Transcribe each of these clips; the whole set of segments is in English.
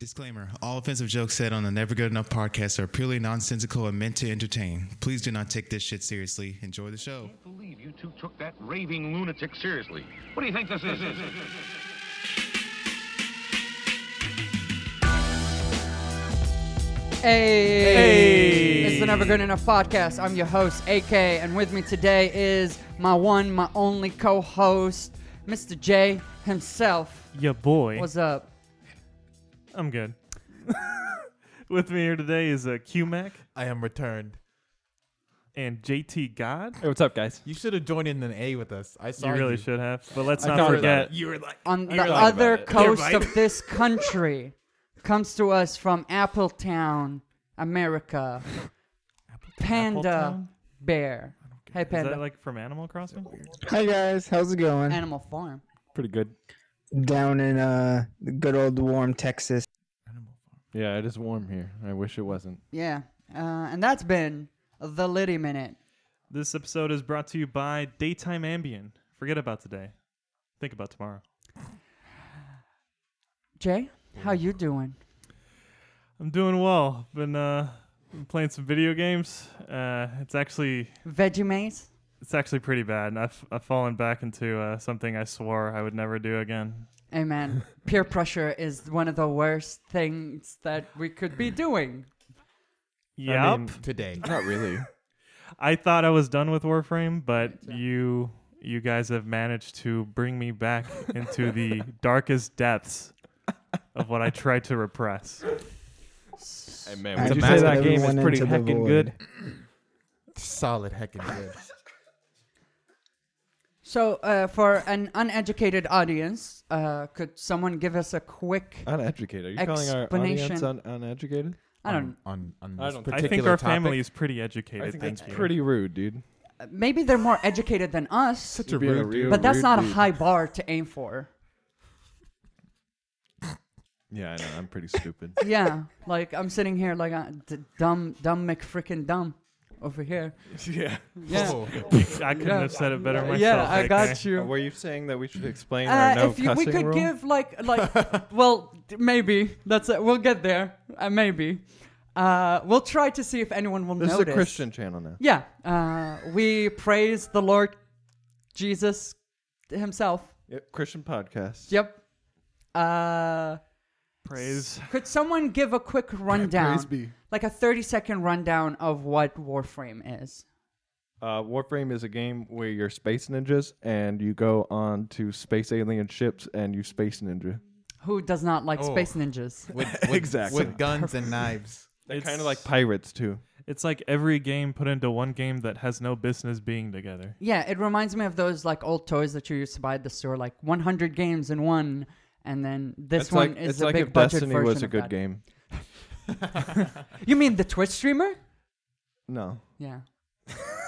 Disclaimer All offensive jokes said on the Never Good Enough podcast are purely nonsensical and meant to entertain. Please do not take this shit seriously. Enjoy the show. I can't believe you two took that raving lunatic seriously. What do you think this is? Hey. Hey. It's the Never Good Enough podcast. I'm your host, AK, and with me today is my one, my only co host, Mr. J himself. Your boy. What's up? I'm good. With me here today is uh, QMac I am returned. and JT God. Hey, what's up, guys? You should have joined in an A with us. I saw You really should have, but let's I not thought about forget. You were like, On the You're lying other about it. coast of this country comes to us from Appletown, America, Panda Appletown? Bear. Hey, Is Panda. that like from Animal Crossing? Hi guys, how's it going? Animal Farm. Pretty good. Down in uh the good old warm Texas. Yeah, it is warm here. I wish it wasn't. Yeah. Uh, and that's been the Liddy Minute. This episode is brought to you by Daytime Ambien. Forget about today. Think about tomorrow. Jay, how you doing? I'm doing well. Been uh, been playing some video games. Uh, it's actually Vegemaze? it's actually pretty bad. and I've I've fallen back into uh, something I swore I would never do again. Amen. Peer pressure is one of the worst things that we could be doing. Yep. I mean, today. not really. I thought I was done with Warframe, but you you guys have managed to bring me back into the darkest depths of what I tried to repress. hey, man, I would you just say let that game is everyone pretty into the heckin' void. good? Solid heckin' good. So, uh, for an uneducated audience, uh, could someone give us a quick? Uneducated. Are you calling our audience Explanation. un- uneducated? I don't. On, on, on I this don't- I think I particular think our topic. family is pretty educated. I think thank that's you. pretty rude, dude. Maybe they're more educated than us, Such a You're being rude a dude. real- but that's rude not a dude. high bar to aim for. Yeah, I know. I'm pretty stupid. Yeah, like I'm sitting here like a d- dumb, dumb McFrickin' dumb over here. yeah. Yeah, Oh, I couldn't have said it better myself. yeah, I okay? got you. Were you saying that we should explain Uh, our no if you, we cussing could rule? give like like well d- maybe that's it. We'll get there. Uh, maybe. Uh, we'll try to see if anyone will this notice. is a Christian channel now. Yeah. Uh, we praise the Lord Jesus himself. Yep, Christian podcast. Yep. Uh, Praise. could someone give a quick rundown, like a thirty-second rundown of what Warframe is? Uh, Warframe is a game where you're space ninjas and you go on to space alien ships and you space ninja. Who does not like Oh. space ninjas? with, with, Exactly. With guns and knives. They're It's- kind of like pirates too. It's like every game put into one game that has no business being together. Yeah, it reminds me of those like old toys that you used to buy at the store, like 100 games in one, and then this it's one like, is it's a like big if budget Destiny version was a of good that. game. You mean the Twitch streamer? No. Yeah.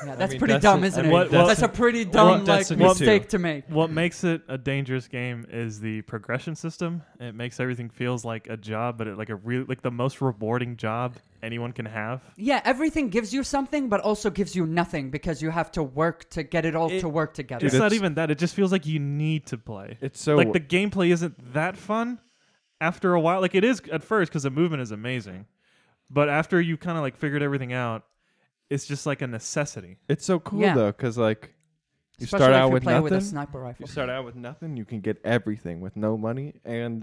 Yeah, that's mean, pretty Desti- dumb, I isn't mean, it? What- what- that's a pretty dumb like Destiny too. mistake to make. What makes it a dangerous game is the progression system. It makes everything feels like a job, but it, like a real like the most rewarding job anyone can have. Yeah, everything gives you something, but also gives you nothing because you have to work to get it all It- to work together. it's, Dude, not it's- even that. It just feels like you need to play. It's so like the gameplay isn't that fun after a while. Like it is at first because the movement is amazing, but after you kind of like figured everything out, it's just like a necessity. it's so cool Yeah. though, because like you Especially start if out you with play nothing. with a sniper rifle. you start out with nothing. You can get everything with no money, and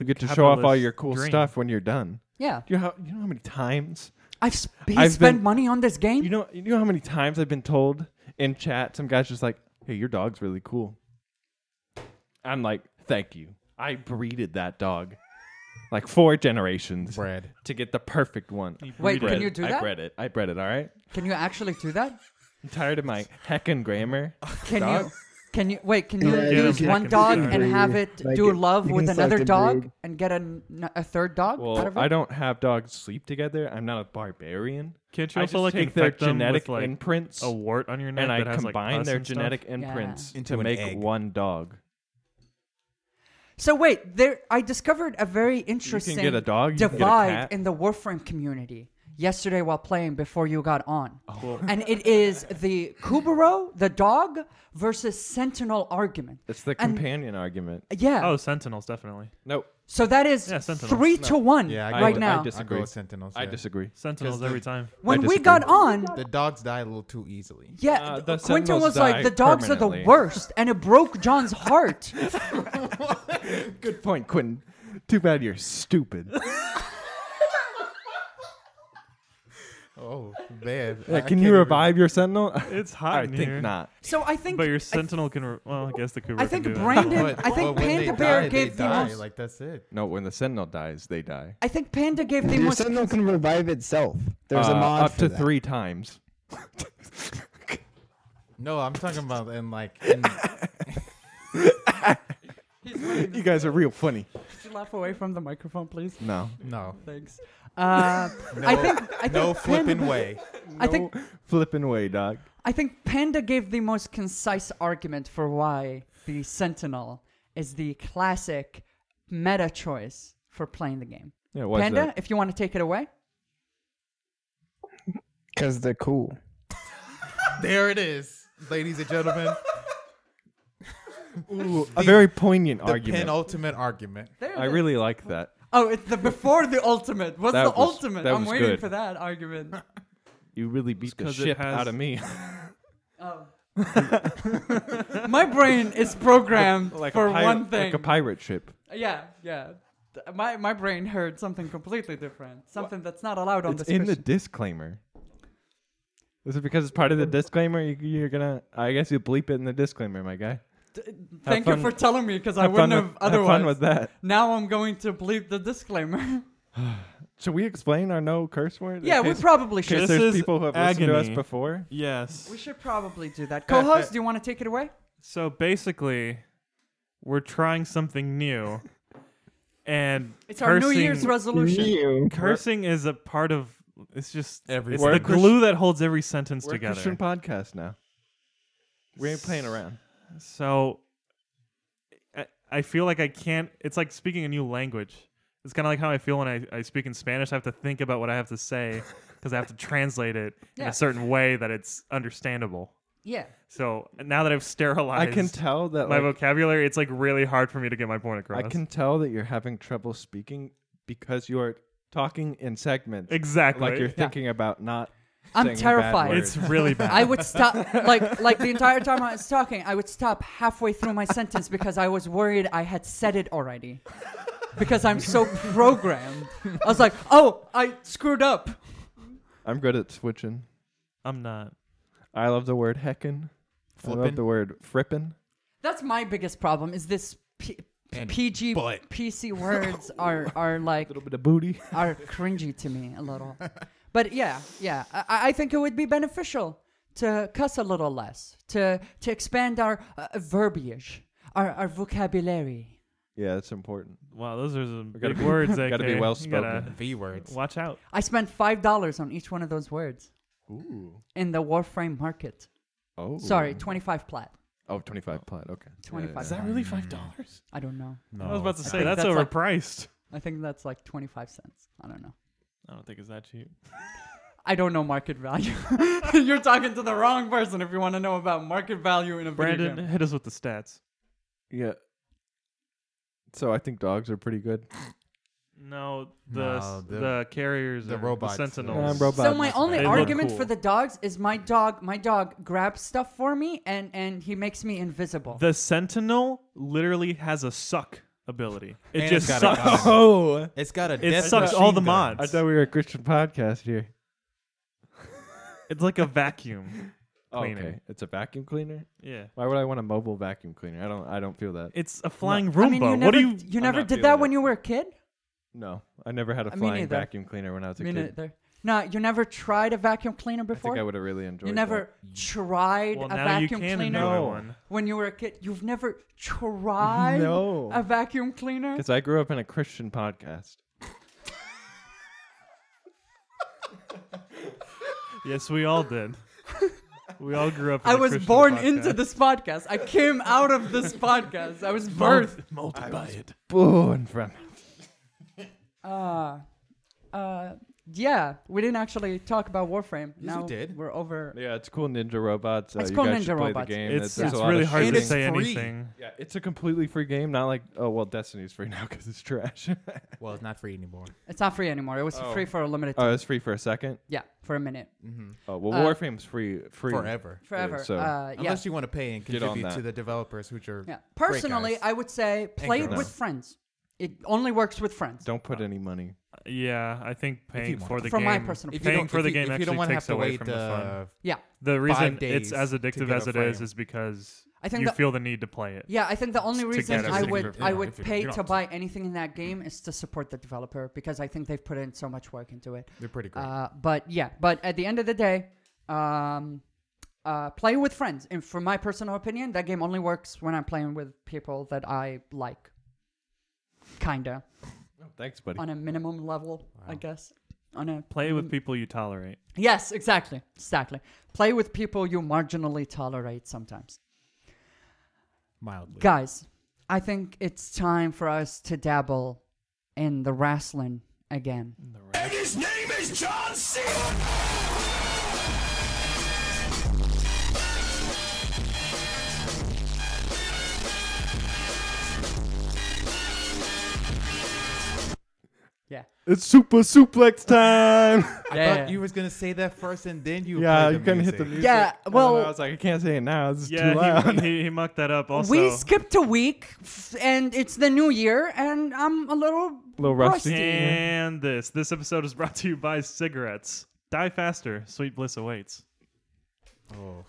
you get to show off all capitalist your cool dream. stuff when you're done. Yeah, Do you know how you know how many times I've, sp- he I've spent been- money on this game. you know you know how many times I've been told in chat. Some guys just like, "Hey, your dog's really cool." I'm like, "Thank you. I breeded that dog." Like four generations Bread. to get the perfect one. Wait, Read can it. you do I that? bred it. I bred it. All right. Can you actually do that? I'm tired of my heckin' grammar. Can you? Can you wait? Can you Yeah, you use can- one you dog can and breed. have it Like do it- love you with can select another a dog breed. and get a, n- a third dog? out Well, of it? I don't have dogs sleep together. I'm not a barbarian. Can't you I also just like take their infect them genetic with, like, imprints A wart on your neck and I that has combine like pus their and stuff? genetic imprints Into to an make egg. one dog. So wait, there I discovered a very You interesting can get a dog. You can get a divide cat. in the Warframe community yesterday while playing before you got on. Oh. And it is the Kubero, the dog, versus Sentinel argument. it's the and- companion argument. Yeah. Oh, sentinels definitely. No, So that is Oh, Yeah, Sentinels. three to one Yeah, I right go- now. I dis- I'll go disagree. with Sentinels. I yeah. disagree. Sentinels the- every time. when we disagree. got on, The dogs die a little too easily. yeah, Uh, th- the Quentin Sentinels was like, die the dogs are the permanently." worst, and it broke John's heart. Good point, Quentin. Too bad you're stupid. Uh, Oh man! I- I Like, can't can you even- revive your sentinel? It's hot I in think here. not. so I think But your I- sentinel can. Re- well, I guess the Cooper. I think can do that. Brandon- But- I think but when they Panda Bear die, gave they the die. most- Like that's it. No, when the sentinel dies, they die. I think Panda gave the Your most. sentinel can revive itself. There's a Uh, mod up for to that. three times. No, I'm talking about in like in, You guys are real funny. Could you laugh away from the microphone, please? No, no, Thanks. Uh, I think I think no Panda, flipping way. I think flipping away, dog. I think Panda gave the most concise argument for why the Sentinel is the classic meta choice for playing the game. Yeah, why's Panda, that? if you want to take it away. Because they're cool. There it is, ladies and gentlemen. a very poignant The argument. penultimate argument. There I really like that. Oh, it's the before the ultimate. What's That the was- ultimate? that I'm was waiting good. for that argument. You really beat the 'cause it shit has- out of me. Oh. My brain is programmed like for a pirate, one thing. like a pirate ship. Yeah, yeah. Th- My my brain heard something completely different. Something that's not allowed on It's this. in the Christian- disclaimer. Is it because it's part of the disclaimer? You, you're gonna, I guess, you bleep it in the disclaimer, my guy. Thank fun- you for telling me because I Have fun wouldn't with- have otherwise. Have fun with that. Now I'm going to bleep the disclaimer. Should we explain our no curse word? in yeah, we case- probably This in case should. there's is people who have listened to us agony. before. Yes. We should probably do that. Co-host, do you want to take it away? So basically, we're trying something new, and It's our New cursing- Year's resolution. You. Cursing is a part of. It's just Every it's word. the We're- glue that holds every sentence We're a together. Christian podcast now. We ain't playing around. So I, I feel like I can't. It's like speaking a new language. It's kind of like how I feel when I, I speak in Spanish. I have to think about what I have to say because I have to translate it in Yeah. a certain way that it's understandable. Yeah. So now that I've sterilized I can tell that my like, vocabulary, it's like really hard for me to get my point across. I can tell that you're having trouble speaking because you are talking in segments. exactly. Like you're thinking about not. I'm saying bad terrified. words. it's really bad. I would stop like like the entire time I was talking, I would stop halfway through my sentence because I was worried I had said it already. Because I'm so programmed. I was like, "Oh, I screwed up." I'm good at switching. I'm not. I love the word heckin'. I love Flippin'. the word frippin'. That's my biggest problem is this P- And PG butt. PC words are are like A little bit of booty. are cringy to me a little. But yeah, yeah, I, I think it would be beneficial to cuss a little less, to to expand our uh, verbiage, our our vocabulary. Yeah, it's important. Wow, those are some gotta big be- words. gotta be AK. You well-spoken. gotta V words. Watch out. I spent five dollars on each one of those words Ooh. in the Warframe market. Oh. Sorry, twenty-five plat. Oh, 25 plat. Okay. Yeah, Twenty-five. yeah. plat. really five dollars? I don't know. No. I was about to say think that's, that's like- overpriced. I think that's like twenty-five cents. I don't know. I don't think it's that cheap. I don't know market value. You're talking to the wrong person if you want to know about market value in a video Brandon, game. hit us with the stats. Yeah. So I think dogs are pretty good. No, the No, s- the, the- carriers, the are- robots. the sentinels. Yeah, robots. So my only They look argument cool. for the dogs is my dog. My dog grabs stuff for me and and he makes me invisible. The sentinel literally has a suck ability. It And just it's got a sucks. gun. Oh. It's got a. It death sucks all the machine gun. mods. I thought we were a Christian podcast here. it's like a vacuum. Oh, Cleaner. okay. It's a vacuum cleaner? Yeah. Why would I want a mobile vacuum cleaner? I don't I don't feel that. It's a flying I Roomba. mean, you never, what do you? you I'm never did not feeling that it. when you were a kid. No. I never had a Uh, Me flying neither. vacuum cleaner when I was a Me kid. neither. No, you never tried a vacuum cleaner I think before. I would have really enjoyed You never tried Well, a now you vacuum can cleaner enjoy No. one. when you were a kid. You've never tried No. a vacuum cleaner. Because I grew up in a Christian podcast. Yes, we all did. we all grew up. In I a was Christian born podcast. into this podcast. I came out of this podcast. I was birthed. Molded by it. Boo in front. Uh, uh, Yeah, we didn't actually talk about Warframe. we now did. We're over. Yeah, it's cool Ninja Robots. Uh, It's you cool guys Ninja should play Robots. The game. It's, there's it's a lot really of hard And to it's shooting. say free. anything. Yeah, it's a completely free game. Not like oh well, Destiny's free now because it's trash. Well, it's not free anymore. It's not free anymore. It was Oh. free for a limited time. oh, it's free for a second. yeah, for a minute, Oh well, Uh, Warframe's free, free Mm-hmm. Forever. forever. so- uh, yeah. Unless you want to pay and Get on contribute to that. the developers, which are yeah. great Personally, guys. I would say play it girls. with friends. It only works with friends. Don't put any money. Yeah, I think paying want for to. the From game. my personal- If you paying don't- for if the you- game if you actually don't wanna takes have to away wait, from the fun. uh, yeah, The reason days it's as to addictive get as a it is frame. is because I think you the- feel the need to play it. yeah. I think the only To reason get a I sticker would for I free. would If you- pay you to don't- buy anything in that game is to support the developer because I think they've put in so much work into it. They're pretty great. Uh, but yeah, but at the end of the day, um, uh, play with friends. And for my personal opinion, that game only works when I'm playing with people that I like. Kinda Thanks, buddy. on a minimum level, I guess. On a Play with people you tolerate. yes, exactly, exactly. Play with people you marginally tolerate sometimes. mildly. Guys, I think it's time for us to dabble in the wrestling again. Yeah. It's super suplex time. I Yeah. thought you was gonna say that first, and then you. yeah, played you couldn't hit the music. music. Yeah, And then well- I was like, I can't say it now. This is too Yeah, he, loud. he, he mucked that up also. we skipped a week, f- and it's the new year, and I'm a little Little rusty. and this. This episode is brought to you by cigarettes. Die faster. Sweet bliss awaits.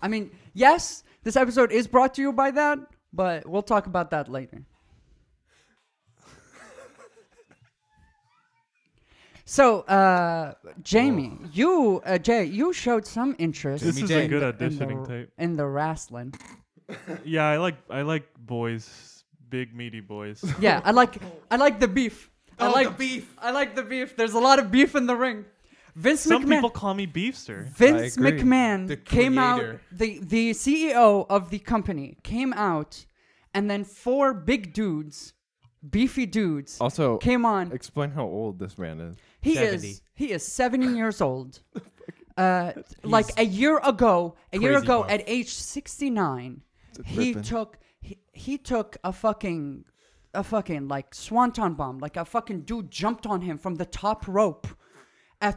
I mean, yes, this episode is brought to you by that, but we'll talk about that later. so, uh, Jamie, you, uh, Jay, you showed some interest This Jamie is Jane. a good in the, auditioning tape. in the wrestling. Yeah, I like I like boys, big meaty boys. Yeah, I like, I like the beef. I Oh, like the beef. I like the beef. There's a lot of beef in the ring. Vince Some McMahon. people call me beefster. Vince agree. McMahon The came out creator. the the CEO of the company came out and then four big dudes, beefy dudes Also, came on. explain how old this man is. He 70. is he is 70 years old. Uh, like a year ago, a year Crazy ago buff. at age 69, he ripping. took he, he took a fucking a fucking like swanton bomb, like a fucking dude jumped on him from the top rope. A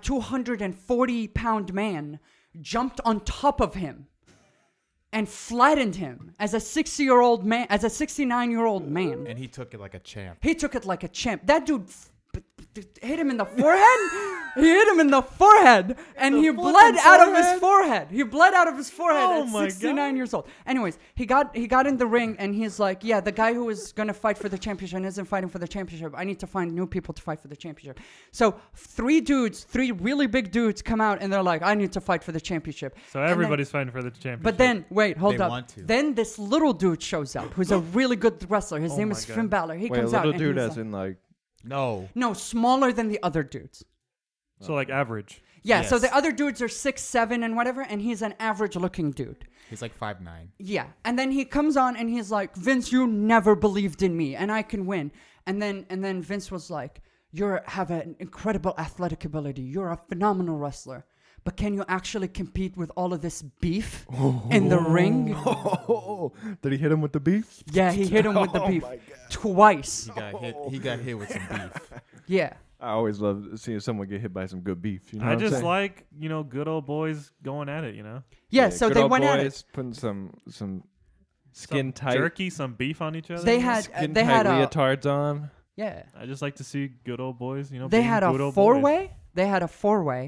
240 pound man jumped on top of him and flattened him as a 60 year old man, as a 69 year old man. And he took it like a champ. He took it like a champ. That dude f- b- b- hit him in the forehead. he hit him in the forehead, and he bled out of his forehead. He bled out of his forehead Oh at my 69 God. years old. Anyways, he got he got in the ring, and he's like, "Yeah, the guy who is gonna fight for the championship isn't fighting for the championship. I need to find new people to fight for the championship." So three dudes, three really big dudes, come out, and they're like, "I need to fight for the championship." So And then- everybody's fighting for the championship. but then, wait, hold They up. want to. Then this little dude shows up, who's a really good wrestler. Oh His name is Finn Balor. He Wait, a comes little out. and dude he's as like- in like No, no, smaller than the other dudes. so like average. Yeah, so Yes. the other dudes are six, seven, and whatever, and he's an average looking dude. he's like five nine. Yeah. And then he comes on and he's like, Vince, you never believed in me and I can win. And then and then Vince was like, You have an incredible athletic ability. You're a phenomenal wrestler. But can you actually compete with all of this beef in the ring? Oh, did he hit him with the beef? Yeah, he hit him with the beef twice. He got hit. He got hit with some beef. Yeah. I always love seeing someone get hit by some good beef. You know I what I'm just saying? like you know good old boys going at it. You know, Yeah, so good they old went at it. boys putting some some skin Some tight jerky, some beef on each other. They had uh, skin they had tight a leotards on. yeah. I just like to see good old boys. You know, They being had good a old four boys. way. They had a four way.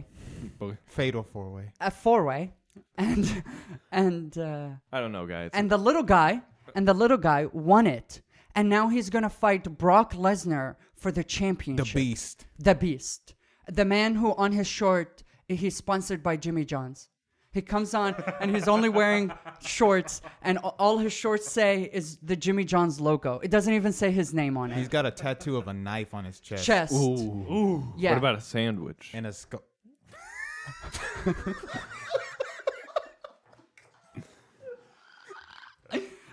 Fatal four way. a four way and and uh, I don't know, guys. and the little guy and the little guy won it and now he's gonna fight Brock Lesnar for the The championship beast. the beast the man who on his short he's sponsored by Jimmy John's he comes on and he's only wearing shorts and a- all his shorts say is the Jimmy John's logo it doesn't even say his name on it He's got a tattoo of a knife on his chest. chest yeah What about a sandwich? And a skull.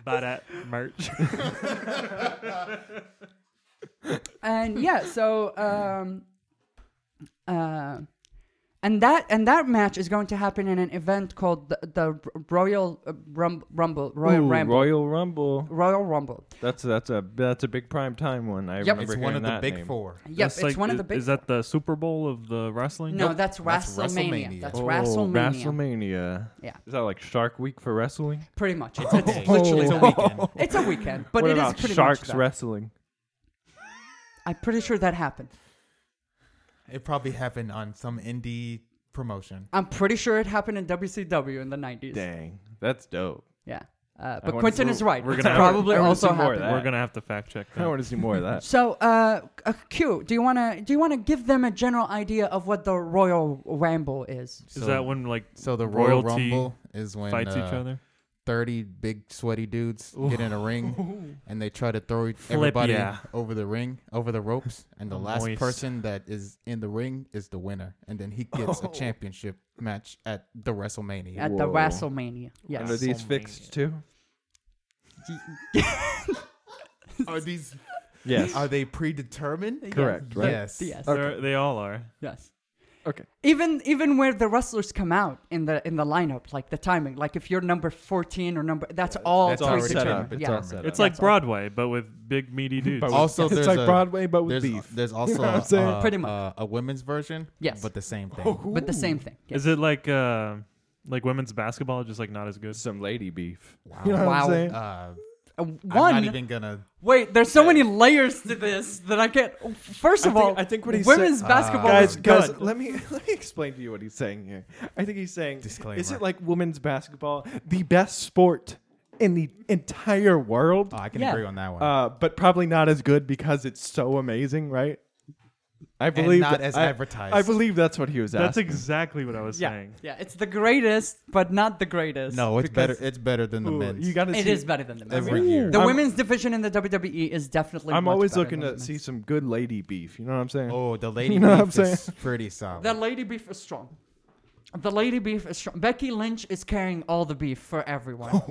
Buy that merch. and yeah so um uh and that and that match is going to happen in an event called the, the Royal uh, Rum, Rumble, Royal Ooh, Ramble, Royal Rumble. Royal Rumble. That's that's a that's a big prime time one. I Yep. remember It's one hearing of the that big name. four. Yep, That's it's like- one of i- the big. Is that the Super Bowl of the wrestling? no, that's That's WrestleMania. WrestleMania. That's Oh, WrestleMania. WrestleMania. Yeah. Is that like Shark Week for wrestling? Pretty much. It's, it's Oh. It's literally a that. weekend. It's a weekend, but what it is about pretty sharks much that. wrestling? I'm pretty sure that happened. It probably happened on some indie promotion. I'm pretty sure it happened in WCW in the 90s. Dang, that's dope. Yeah. Uh, I but wanna- Quentin ooh, is right. we're It's gonna have- probably I wanna also see more of happened. that. We're gonna have to fact check I that. want to see more of that. So, uh, uh, Q, do you wanna do you wanna give them a general idea of what the Royal Ramble is? Is that when like So the Royal royalty Rumble is when fights each uh, other? thirty big sweaty dudes get in a ring and they try to throw e-, everybody yeah. over the ring, over the ropes, and the last Moist. person that is in the ring is the winner, and then he gets Oh. a championship match at the WrestleMania. At the Whoa. WrestleMania. and are Yes. these fixed too? are these Yes. are they predetermined? Correct, right? Yes. Yes. They're- They all are. Yes. Okay. Even even where the wrestlers come out in the in the lineup, like the timing, like if you're number 14 or number, that's all That's all already set predetermined. up. It's Yeah. all set up. It's like That's all. Broadway, but with big meaty dudes. But with- Also, it's there's like a- Broadway, but There's, with beef. there's also what I'm a, saying? Oh. uh, Pretty much. a, a women's version. Yes. but the same thing. But the same thing. Yes. Is it like uh, like women's basketball, just like not as good? Some lady beef. Wow. You know what Wow. I'm saying? Uh, Uh, I'm One. not even gonna. Wait, there's so many layers to this that I can't. First I of think- all, I think what he's women's saying- basketball Ah. guys, is good. guys, let me let me explain to you what he's saying here. I think he's saying, Disclaimer. is it like women's basketball, the best sport in the entire world, Oh, I can Yeah. agree on that one. uh, but probably not as good because it's so amazing, right? I believe not as I- advertised. I believe that's what he was That's asking. exactly what I was Yeah. saying. Yeah, it's the greatest, but not the greatest. no, it's because- better. It's better than the Ooh, men's. you got to it see. is better than the men's. every year. The I'm- women's division in the WWE is definitely. I'm much always better looking than to the see men's. some good lady beef. You know what I'm saying? Oh, the lady You know what beef I'm is pretty solid. The lady beef is strong. The lady beef is strong. Becky Lynch is carrying all the beef for everyone.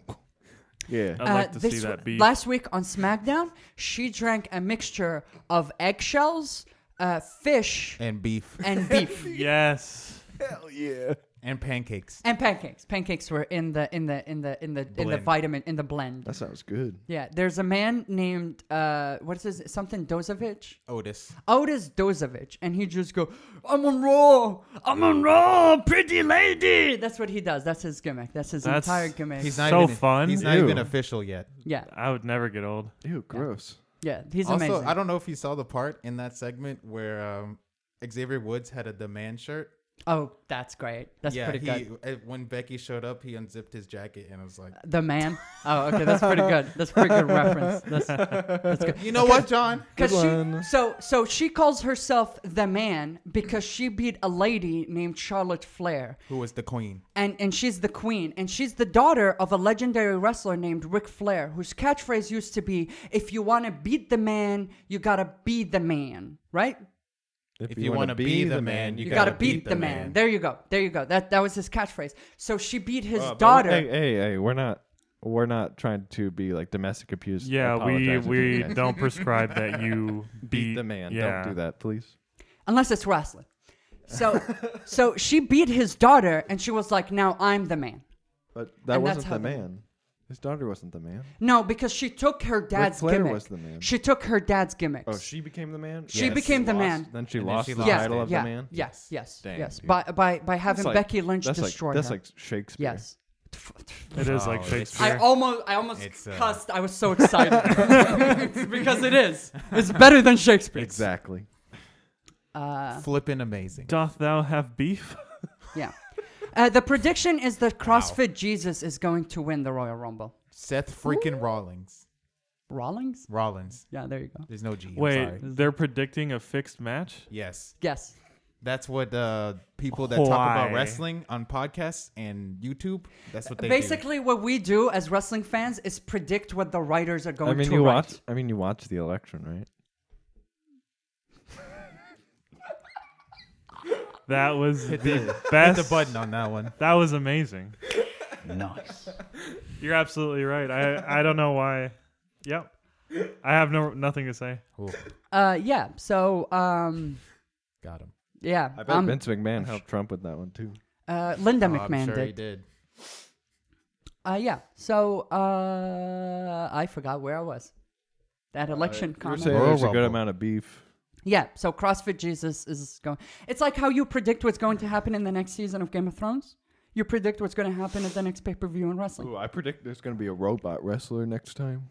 Yeah. I'd like Uh, to this see that w- beef. Last week on SmackDown, she drank a mixture of eggshells, uh, fish, and beef and beef. yes. Hell yeah. and pancakes. And pancakes. Pancakes were in the in the in the in the in the Blend. vitamin in the blend. That sounds good. Yeah, there's a man named uh what is his something Dozovich? Otis. Otis Dozovich, and he just go, I'm on raw, I'm Hmm. on raw, pretty lady. That's what he does. That's his gimmick. That's his That's- entire gimmick. He's not So even, fun. He's not Ew. even official yet. yeah, I would never get old. Ew, gross. yeah, he's also, amazing. I don't know if you saw the part in that segment where um, Xavier Woods had a demand shirt. oh, that's great. That's yeah, pretty he, good. Uh, uh, when Becky showed up, he unzipped his jacket and was like, The man. Oh, okay, that's pretty good. That's pretty good reference. That's, that's good. "You know what, John? Because Good she, one. so so she calls herself the man because she beat a lady named Charlotte Flair, Who was the queen? and and she's the queen, and she's the daughter of a legendary wrestler named Ric Flair, whose catchphrase used to be, "If you want to beat the man, you gotta be the man." Right? If you want to be the man, you, You, gotta, beat, the man. There you go. There you go. That that was his catchphrase. So she beat his Uh, but daughter. Hey, hey, hey, we're not we're not trying to be like domestic abuse. Yeah, we Apologize if you we guys don't prescribe that you beat, beat the man. Yeah. Don't do that, please. unless it's wrestling. So, so she beat his daughter, and she was like, "Now I'm the man." But that And that's wasn't how the the- man. His daughter wasn't the man. No, because she took her dad's Flair gimmick. was the man. She took her dad's gimmicks. Oh, she became the man. She became the lost- man. Then she And then lost she the lost title it. of yeah, the man. Yes, yes, Damn, yes. dude. By by by having That's like- Becky Lynch that's destroy like, That's her. like Shakespeare. yes. It is like Oh, it's- I Shakespeare. almost I almost It's, uh, cussed. I was so excited because it is. It's better than Shakespeare. Exactly. Uh, Flipping amazing." Doth thou have beef? yeah. Uh, the prediction is that CrossFit Jesus is going to win the Royal Rumble. Seth freaking Rollins. Rollins? Rollins. Yeah, there you go. There's no G. I'm Wait, sorry. they're predicting a fixed match? Yes. Yes. That's what uh, people that talk Why? about wrestling on podcasts and YouTube. That's what they Basically, what we do as wrestling fans is predict what the writers are going I mean, to you write. watch. I mean, you watch the election, right? That was the, do. Hit the- best. hit the button on that one. That was amazing. Nice. You're absolutely right. I I don't know why. Yep. I have no nothing to say. Ooh, Uh, yeah. So, um, got him. Yeah. I bet Um, Vince McMahon helped Trump with that one too. uh, Linda Oh, McMahon I'm sure did. he did. Uh, yeah. So uh, I forgot where I was. That election You were comment. saying Royal there's a good Rumble. amount of beef. Yeah. So CrossFit Jesus is going. It's like how you predict what's going to happen in the next season of Game of Thrones. You predict what's going to happen at the next pay per view in wrestling. Ooh, I predict there's going to be a robot wrestler next time.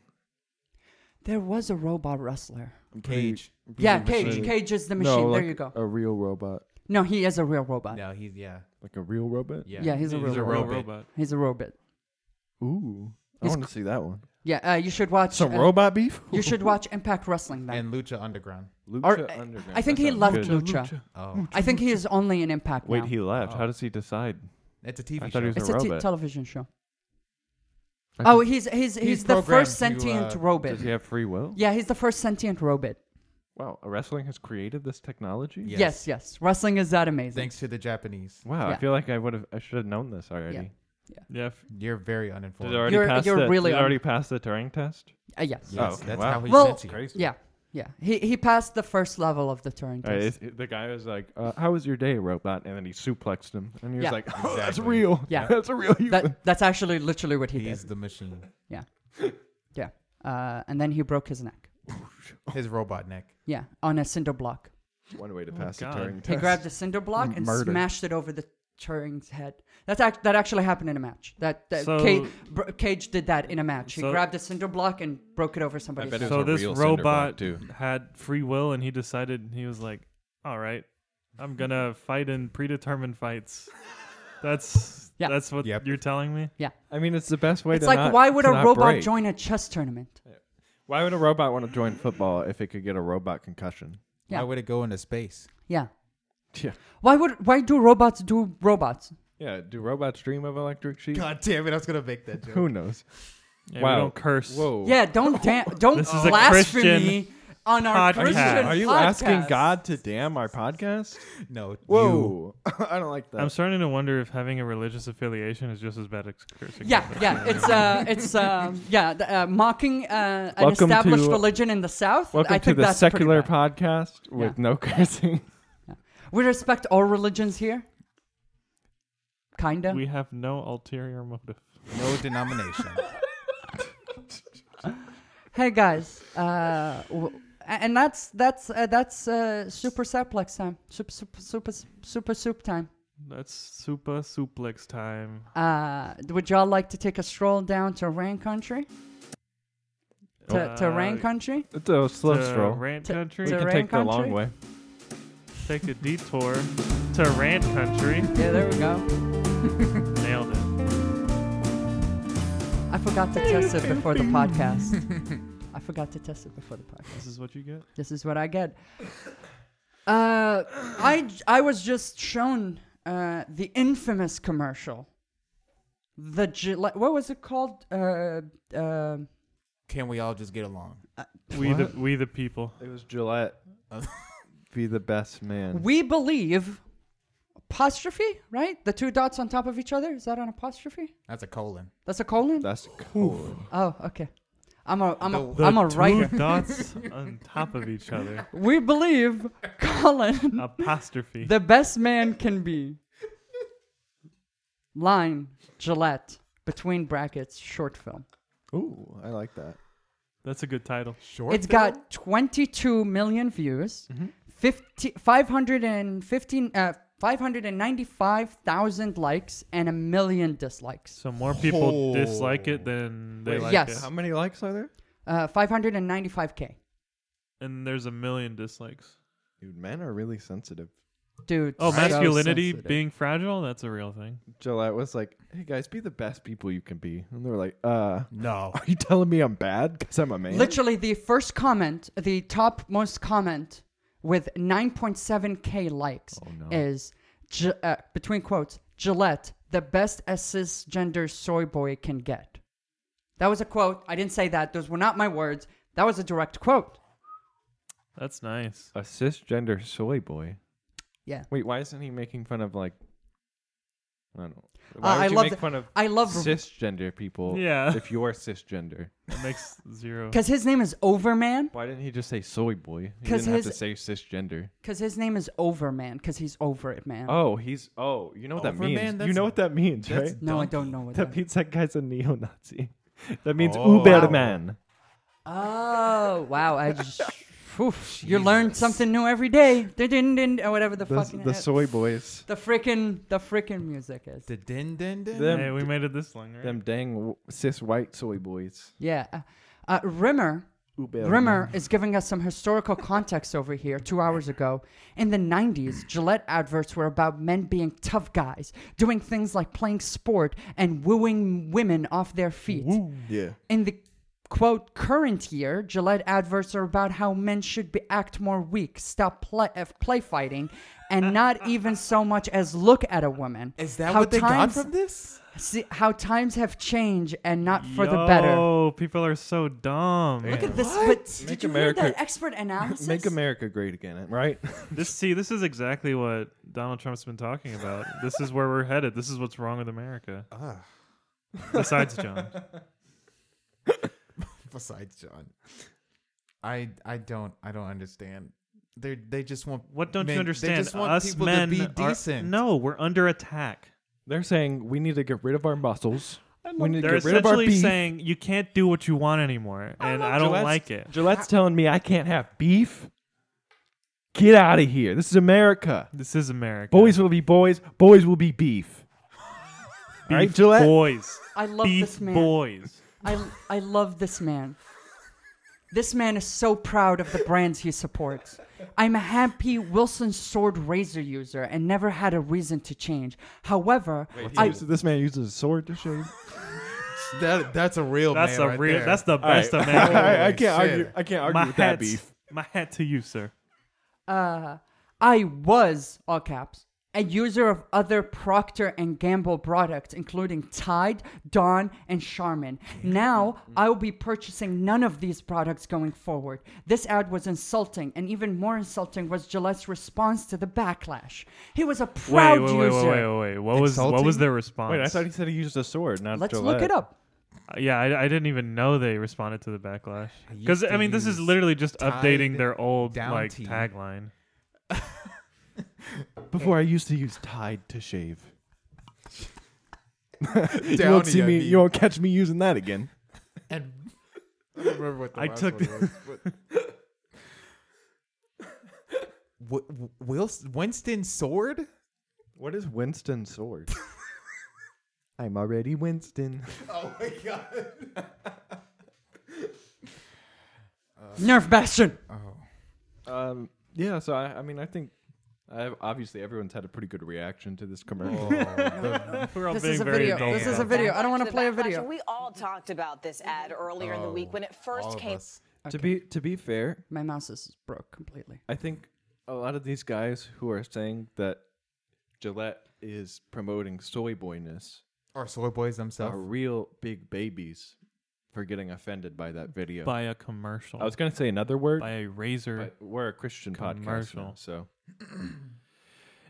There was a robot wrestler. I'm pretty- Cage. I'm Yeah, pretty Cage. sure- Cage is the No, machine. there like you go. A real robot, No, he is a real robot. No, he's yeah, like a real robot. yeah. Yeah, he's a real a robot. robot. He's a robot. Ooh, I He's want to see that one. Yeah, uh, you should watch. Some uh, robot beef. You should watch Impact Wrestling then. And Lucha Underground. Lucha Or- I- Underground. I think That he sounds left good. Lucha. Oh, I think he is only in Impact Wait, now. he left. Oh. How does he decide? it's a TV I thought show. he was it's a a t- robot. television show. Oh, he's he's he's, the programmed first to, uh, sentient does robot. Does he have free will? Yeah, he's the first sentient robot. Wow, wrestling has created this technology. Yeah. Yes, yes. Wrestling is that amazing. Thanks to the Japanese. Wow, Yeah. I feel like I would have. I should have known this already. Yeah. f- You're very Did uninformed. it already You're- pass you're the, really did it un- already pass the Turing test? Uh, yes. Yes, Oh, okay, that's wow. how he's Well- fancy. Yeah. Yeah. He he passed the first level of the Turing All right, test. it- the guy was like, uh, "How was your day, robot?" And then he suplexed him, and he was Yeah. like, "Oh, that's Exactly. real. Yeah. that's a real human." that that's actually literally what he He's did. the machine. Yeah. Uh, and then he broke his neck. His robot neck. Yeah, on a cinder block. One way to Oh, pass the God. Turing test. He grabbed a cinder block and Murder. smashed it over the Turing's head. That's act- that actually happened in a match. That, that So- Cage, Br- Cage did that in a match. He So- grabbed a cinder block and broke it over somebody's bet head. it So was a this real cinder block, robot too. had free will, and he decided he was like, "All right, I'm gonna fight in predetermined fights." That's Yeah. that's what Yep. you're telling me. I mean, it's the best way It's to. like not- why would to a not robot break. join a chess tournament? Why would a robot want to join football if it could get a robot concussion? Yeah. Why would it go into space? Yeah. Yeah. Why would why do robots do robots? Yeah. Do robots dream of electric sheep? God damn it! I was gonna make that joke. Who knows? Yeah, Wow. We don't curse. Whoa. Yeah, don't da- don't This is a blasphemy on our podcast. Christian Are you asking podcast. God to damn our podcast? No. you. Whoa. I don't like that. I'm starting to wonder if having a religious affiliation is just as bad as cursing. Yeah, yeah, it's uh, it's um, yeah, the, uh, mocking uh, an Welcome to- established religion in the South. Welcome I to think the that's pretty secular bad. podcast with Yeah. no cursing. We respect all religions here. Kinda. We have no ulterior motive. No denomination. hey guys, uh, w- and that's that's uh, that's uh, super saplex time. Super super super super soup time. That's super suplex time. Uh, would y'all like to take a stroll down to Rain Country? To, to Uh, Rain Country? It's a slow to stroll. Rant To- country. we to can Ran take the long country? way. Take a detour to rant country. Yeah, there we go. Nailed it. I forgot to test it before the podcast. I forgot to test it before the podcast. This is what you get. this is what I get. Uh, I I was just shown uh, the infamous commercial. The Gillette, what was it called? Uh, uh, Can we all just get along? We the What? we the people. It was Gillette. Be the best man. we believe apostrophe, right? The two dots on top of each other is that an apostrophe? That's a colon. That's a colon. That's cool. oh, okay. I'm a I'm a The- The am a two right. dots on top of each other. We believe Colin, Apostrophe. the best man can be. Line Gillette between brackets short film. Ooh, I like that. That's a good title. Short. It's got 22 million views, 50, 515, uh, 595,000 likes, and a million dislikes. So more people Oh. dislike it than they Wait, like yes. How it. many likes are there? Uh, 595K. And there's a million dislikes. Dude, men are really sensitive. Dude. Oh, so masculinity sensitive. being fragile, that's a real thing. Gillette was like, "Hey guys, be the best people you can be," and they were like, "Uh, No. are you telling me I'm bad? Cause I'm a man." Literally, the first comment, the top most comment with 9.7K likes Oh, no. is, Gi- uh, between quotes, Gillette, the best a cisgender soy boy can get. That was a quote. I didn't say that. Those were not my words. That was a direct quote. That's nice. a cisgender soy boy. Yeah. Wait, why isn't he making fun of like I don't. know. Uh, Why would I you love make th- fun of I love cisgender people? Yeah. If you're cisgender, It makes zero. because his name is Overman. why didn't he just say soy boy? He 'Cause didn't have his- to say cisgender. Because his name is Overman. Because he's over it, man. Oh, he's oh, you know what that Overman, means. You that's- know what that means, that's- right? no, I don't know what that. That means that guy's a neo-Nazi. That means Oh. Uberman. Oh wow! I just, whew, you learn something new every day. Din-din-din, Or whatever the, The, fucking the soy boys. the freaking the freaking music is. The din din din. Them, Hey, we made it this long, right? them dang w- cis white soy boys. Yeah, uh, uh, Rimmer Uberman. Rimmer is giving us some historical context over here two hours ago. In the 90s, Gillette adverts were about men being tough guys, doing things like playing sport and wooing women off their feet. Yeah. In the quote current year, Gillette adverts are about how men should be act more weak, stop play, uh, play fighting, and not even so much as look at a woman. Is that How what they got times- from this? See how times have changed and not for the better. Yo, people are so dumb. Look at this. But did Make you America- read that expert analysis? Make America great again, right? This see, this is exactly what Donald Trump's been talking about. this is where we're headed. This is what's wrong with America. Besides John. Besides John, I I don't I don't understand. They they just want What don't men- you understand? They just want Us people men to be are- decent. no, we're under attack. They're saying we need to get rid of our muscles. We need to They're get rid of our essentially beef. saying you can't do what you want anymore, and I don't like it. Gillette's telling me I can't have beef. Get out of here. This is America. This is America. Boys will be boys. Boys will be beef. beef right, Gillette? boys. I love beef this man. boys. I, I love this man. This man is so proud of the brands he supports. I'm a happy Wilson Sword Razor user and never had a reason to change. However, I, So this man uses a sword to shave. That that's a real That's man a right real. there. That's the best right. of man. I, I Holy can't argue. shit. I can't argue my with that hat. beef. My hat to you, sir. uh, I was all caps a user of other Procter and Gamble products, including Tide, Dawn, and Charmin. Now I will be purchasing none of these products going forward. This ad was insulting, and even more insulting was Gillette's response to the backlash. He was a proud Wait, wait, user. wait, wait, wait, wait. What was what Insulting? was their response? Uh, Wait, I thought he said he used a sword. Not Let's Gillette. look it up. yeah, I, I didn't even know they responded to the backlash. Because used I to mean, this is use literally just updating Tide their old down like tea. tagline. Before I used to use Tide to shave. you you won't see me. You won't catch me using that again. and I don't remember what the I last took- one was, but- Wi- Wi- Wilson Winston Sword? What is Winston sword? I'm already Winston. Oh my god! Nerf Bastion. Um, yeah. So I, I mean, I think I, obviously everyone's had a pretty good reaction to this commercial. We're all This being is a very video. adult This is about a video. I don't want The to play a backlash, video. and We all talked about this ad Mm-hmm. earlier in the week Oh, when it All first of came. us. To be to be fair, My mouse is broke completely. I think a lot of these guys who are saying that Gillette is promoting soy boyness Our soy boys are themselves. real big babies for getting offended by that video. By a commercial. I was gonna say another word, by a razor. but we're a Christian podcast, Commercial. now, so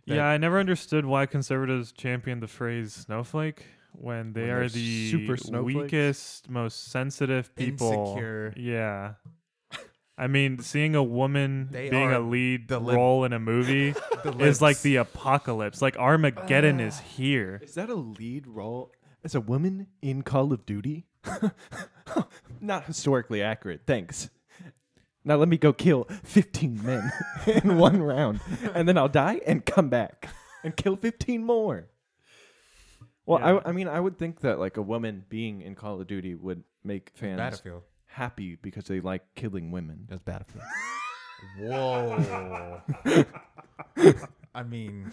yeah, I never understood why conservatives champion the phrase snowflake when they When are they're the super snowflakes? weakest, most sensitive people. Insecure. Yeah. I mean, seeing a woman They being are a lead the lib- role in a movie is libs. like the apocalypse. Like Armageddon is here. is that a lead role as a woman in Call of Duty? Not historically accurate, thanks. Now let me go kill 15 men in one round, and then I'll die and come back and kill 15 more. Well, I Yeah. w I I, mean, I would think that like a woman being in Call of Duty would make fans Battlefield. happy because they like killing women. That's Battlefield. Whoa! I mean,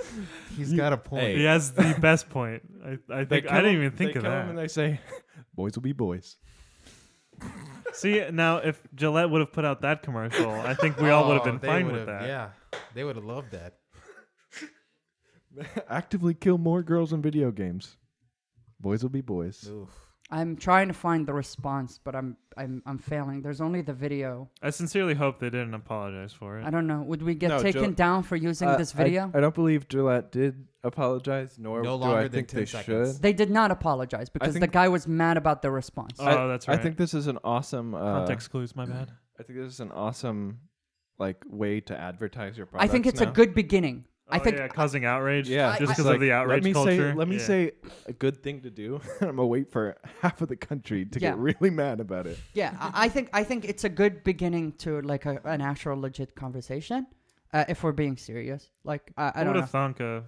he's got a point. Hey. He has the best point. I, I think I kill didn't 'em- even think they of kill 'em And that. they say, "Boys will be boys." See, now if Gillette would have put out that commercial, I think we all would have Oh, been they fine with would've- that. Yeah, they would have loved that. Actively kill more girls in video games. Boys will be boys. Oof. I'm trying to find the response, but I'm I'm I'm failing. There's only the video. I sincerely hope they didn't apologize for it. I don't know. Would we get No, taken Joe- down for using Uh, this I- video? I, don't believe Gillette did apologize, nor No do longer I than think 10 they seconds. should. they did not apologize because the think- guy was mad about the response. Oh, I- that's I right. think this is an awesome uh, Context clues, my bad. I think this is an awesome like way to advertise your I product. think it's a now. good beginning. I Oh, think yeah, causing outrage. yeah, just it's because like, of the outrage Let me culture. say, let me Yeah. say a good thing to do. I'm gonna wait for half of the country to Yeah. get really mad about it. yeah I, I think i think it's a good beginning to like a, an actual legit conversation uh, if we're being serious like i, I What don't know a thonka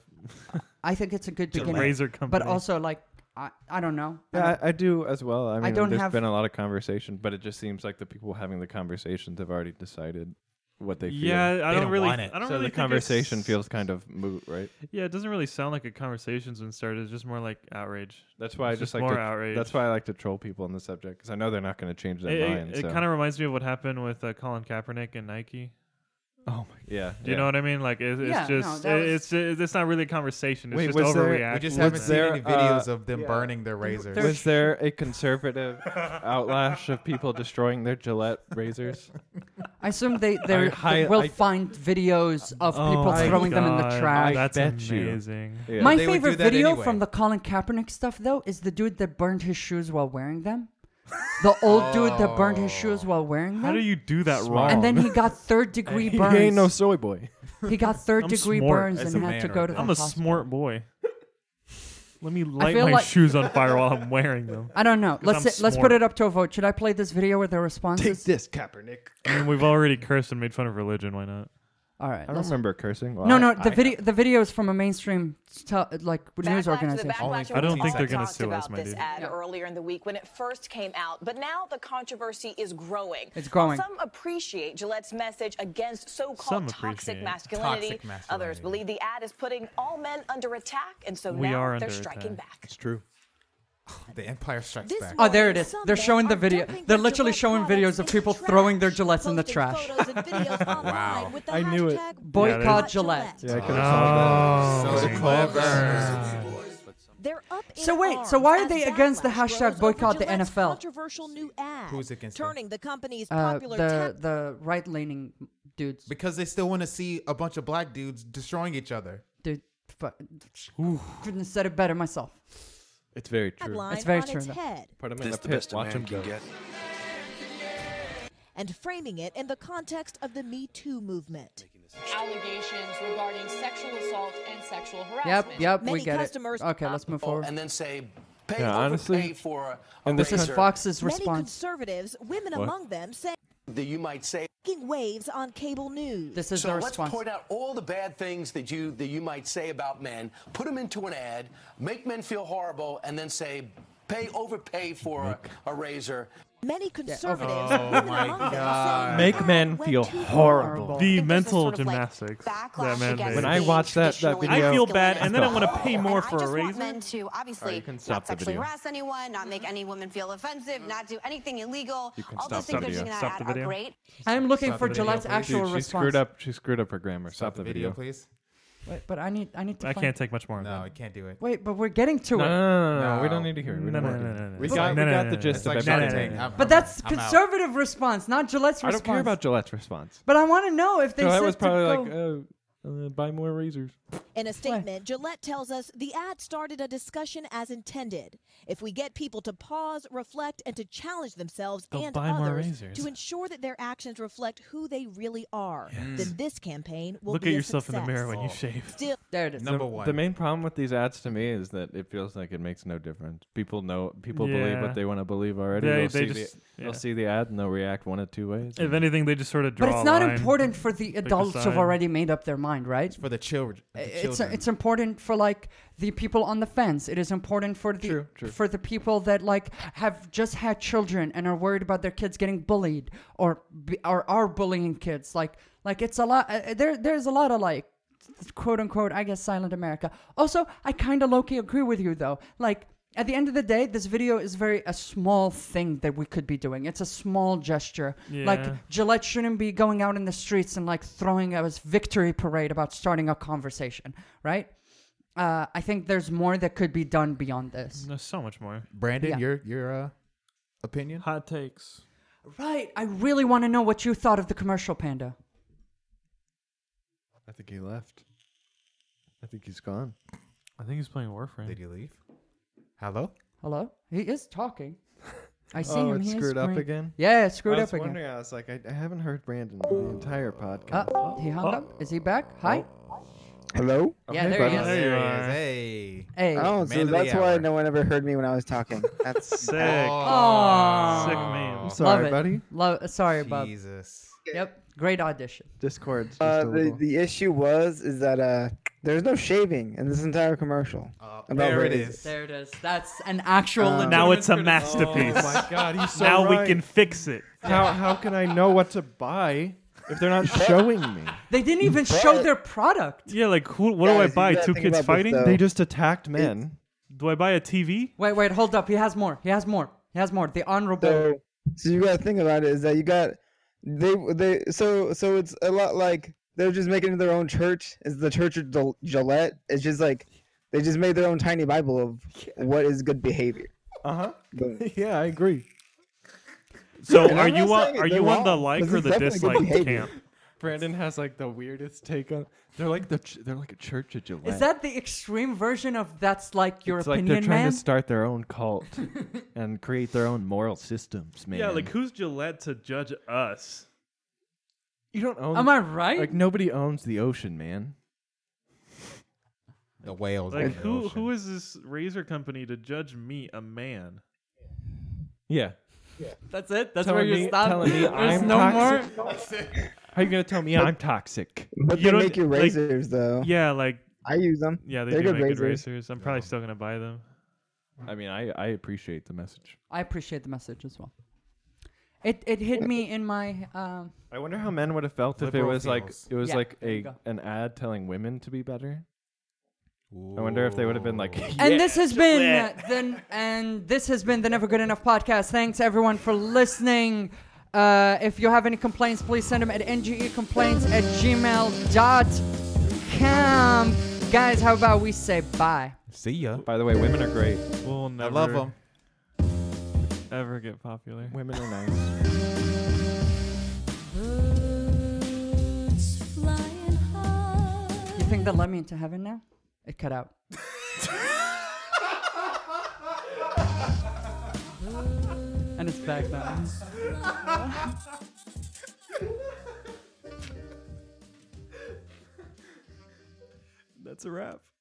i think it's a good to beginning razor company. but also like i, I don't know I Yeah, don't- I, I do as well. I mean, there's don't have- been a lot of conversation, but it just seems like the people having the conversations have already decided what they feel. yeah, I They don't don't really. want it. I don't so really the think conversation it's- feels kind of moot, right? Yeah, it doesn't really sound like a conversation's been started. It's just more like outrage. That's why It's I just just like more to, outrage. That's why I like to troll people on the subject because I know they're not going to change their It, mind. so. kind of reminds me of what happened with uh, Colin Kaepernick and Nike. Oh my. Yeah. Do you know what I mean? Like it, it's Yeah, no, just that it- was- it's it- it's not really a conversation. It's Wait, just was there- we overreaction. We just Was haven't seen there, any videos uh, of them yeah. burning their razors. There's- Was there a conservative outlash of people destroying their Gillette razors? i assume they they hi- will I- find videos of people my throwing them in the Oh, God, trash That's bet you. amazing. Yeah. my They would do favorite that video anyway. from the colin kaepernick stuff though is the dude that burned his shoes while wearing them the old dude that burned his shoes while wearing them How do you do that wrong? and then he got third degree burns. He ain't no soy boy. He got third I'm degree smart burns as and a had to man go right to the there. I'm a hospital. smart boy. Let me light feel my like- shoes on fire while I'm wearing them. I don't know. Let's I'm sit- let's smart. put it up to a vote. Should I play this video with the responses? this, Kaepernick. I mean, we've already cursed and made fun of religion. Why not? All right. I don't let's- remember cursing. Well, no, I- no. The I- video the video is from a mainstream tel- like news Backlash to the organization. backlash I don't we think they're all gonna talked sue us, about my this dude. ad Yeah. earlier in the week when it first came out, but now the controversy is growing. It's growing. Some appreciate Gillette's message against Some so-called toxic appreciate. masculinity. Toxic masculinity. Others believe the ad is putting all men under attack, and so We now are they're under striking attack. back. It's true. The Empire Strikes This Back. Oh, there it morning, is. some They're men showing the are video. dumping They're their literally Gillette showing products videos of in people trash, throwing their Gillettes in the posting trash. photos and videos online with the I knew it. hashtag Boycott boycott Gillette. Yeah, I could have Oh, So clever. They're up in So wait, arms so why are as they against the backlash hashtag grows over boycott the Gillette's NFL? Controversial new ad, Who's against them? turning the company's Uh, popular the tech the right leaning dudes. Because they still want to see a bunch of black dudes destroying each other. Dude, fuck. couldn't have said it better myself. It's very true. headline It's very on true, its though. head Put him in the pit. Watch him go. and framing it in the context of the Me Too movement. allegations regarding sexual assault and sexual harassment. Yep, yep, we Many get customers- it. Okay, let's move forward. and then say, pay, Yeah, honestly, overpay for a, a in this This is razor Fox's Many response. conservatives, women What? among them, saying that you might say. waves on cable news. This is So the let's response. point out all the bad things that you that you might say about men, put them into an ad, make men feel horrible, and then say, pay overpay for a, a razor. Many conservatives, Oh women my among them, say God. Make God men went feel too horrible. the think there's this mental sort of, like, gymnastics that backlash man against made. When I the watched that- that traditionally video- Oh, I feel bad, masculine and then I as want to well. pay And more I for just a want razor? men to obviously you can stop not the sexually video. harass anyone, not Mm-hmm. make any woman feel offensive, not do anything illegal. You can All stop those the things they're video. doing in that Stop the ad are video. great. I'm looking Stop for the video, Gillette's please. actual Dude, she response. screwed up. She screwed up her grammar. Stop, the video. please. Wait, but I need I need Oh. to. I find- can't take much more. of No, I that. can't do it. Wait, but we're getting to No, it. no, no, no, no, We No. don't need to hear. it. We No, don't no, want to no, hear it. no, no. We It's got like- uh, we no, no, got no, the no, gist it's It's of like no, Shark no, no, everything. Tank. no. I'm- But I'm- that's I'm out. conservative response, not Gillette's I don't response. care about Gillette's response. But I want to know if they Gillette said was to probably go- like, uh, uh, buy more razors. In a statement, Gillette tells us the ad started a discussion as intended. If we get people to pause, reflect, and to challenge themselves Go and buy more others razors. to ensure that their actions reflect who they really are, then this campaign will Look be at a yourself in the mirror success. when you shave. Still, there it is. Number one. The main problem with these ads to me is that it feels like it makes no difference. People know people believe Yeah. what they want to believe already. They- they'll, they see just- the, they'll yeah. see the ad and they'll react one of two ways. If anything, they just sort of draw. But it's a not line. important for the a adults who've side. already made up their mind, right? for the children. It's it's important for like the people on the fence. It is important for the True, true. for the people that like have just had children and are worried about their kids getting bullied or be- or are bullying kids. Like like it's a lot. Uh, there there's a lot of like quote unquote I guess silent America. Also, I kind of low key agree with you though. Like. At the end of the day, this video is very a small thing that we could be doing. It's a small gesture. Yeah. Like Gillette shouldn't be going out in the streets and like throwing a victory parade about starting a conversation, right? Uh, I think there's more that could be done beyond this. There's so much more. Brandon, Yeah. your your uh, opinion? Hot takes. Right. I really want to know what you thought of the commercial panda. I think he left. I think he's gone. I think he's playing Warframe. Did he leave? Hello? Hello? He is talking. I see oh, him. it's He is screwed up green. again. Yeah, it's screwed I was up again. wondering, I was like, I, I haven't heard Brandon the entire podcast. Uh, he hung up. Is he Oh, back? Hi. Hello? Yeah, there he is. Hey. Hey. Oh, Man so of the that's why hour. no one ever heard me when I was talking. That's Sick. Aw. Sick man. Sorry, Love it. buddy. Love. Sorry, Bob. Jesus. Yep. Great audition. Discord's just Uh, a the, little. the issue was is that uh, there's no shaving in this entire commercial. Oh, About there it racism. is. There it is. That's an actual. Um, legitimate Now it's a criticism. masterpiece. Oh my god, he's so now we right. can fix it. How how can I know what to buy if they're not showing me? They didn't even show their product. Yeah, like who, what do I Guys, you buy? gotta Two think kids about this, fighting? though. They just attacked men. Do I buy a TV? Wait, wait, hold up. He has more. He has more. He has more. The honorable. So, so you got to think about it is that you got they they so so it's a lot like they're just making their own church. Is the church of Gil- Gillette? It's just like they just made their own tiny Bible of what is good behavior. Uh huh. Boom. yeah, I agree. So And are I'm you not on saying are they're you on the wrong, like 'cause or it's the definitely good dislike behavior. camp? Brandon has like the weirdest take on. They're like the ch- they're like a church of Gillette. Is that the extreme version of that's like your it's like opinion, they're trying man? to start their own cult and create their own moral systems, man. Yeah, like who's Gillette to judge us? you don't own. Am I right? Like nobody owns the ocean, man. The whales. Like in the oh, who ocean. who is this razor company to judge me, a man? Yeah. that's it. That's where Telling you me- stop. telling me There's I'm no toxic? more. How are you gonna tell me I'm toxic? But You they don't- make your like- razors though. Yeah, like I use them. yeah, they They're do good make good razors. racers. I'm probably still gonna buy them. I mean, I I appreciate the message. I appreciate the message as well. It it hit me in my um. I wonder how men would have felt if it Liberal was feels. like it was Yeah, like there you a go. an ad telling women to be better. I wonder if they would have been like, And this has been then and this has been the Never Good Enough podcast. Thanks everyone for listening. Uh, if you have any complaints, please send them at ngecomplaints at gmail.com. Guys, how about we say bye? See ya. By the way, women are great. We'll I never love them. ever get popular. Women are nice. You think that led me into heaven now? It cut out. and it's back now. That's a wrap.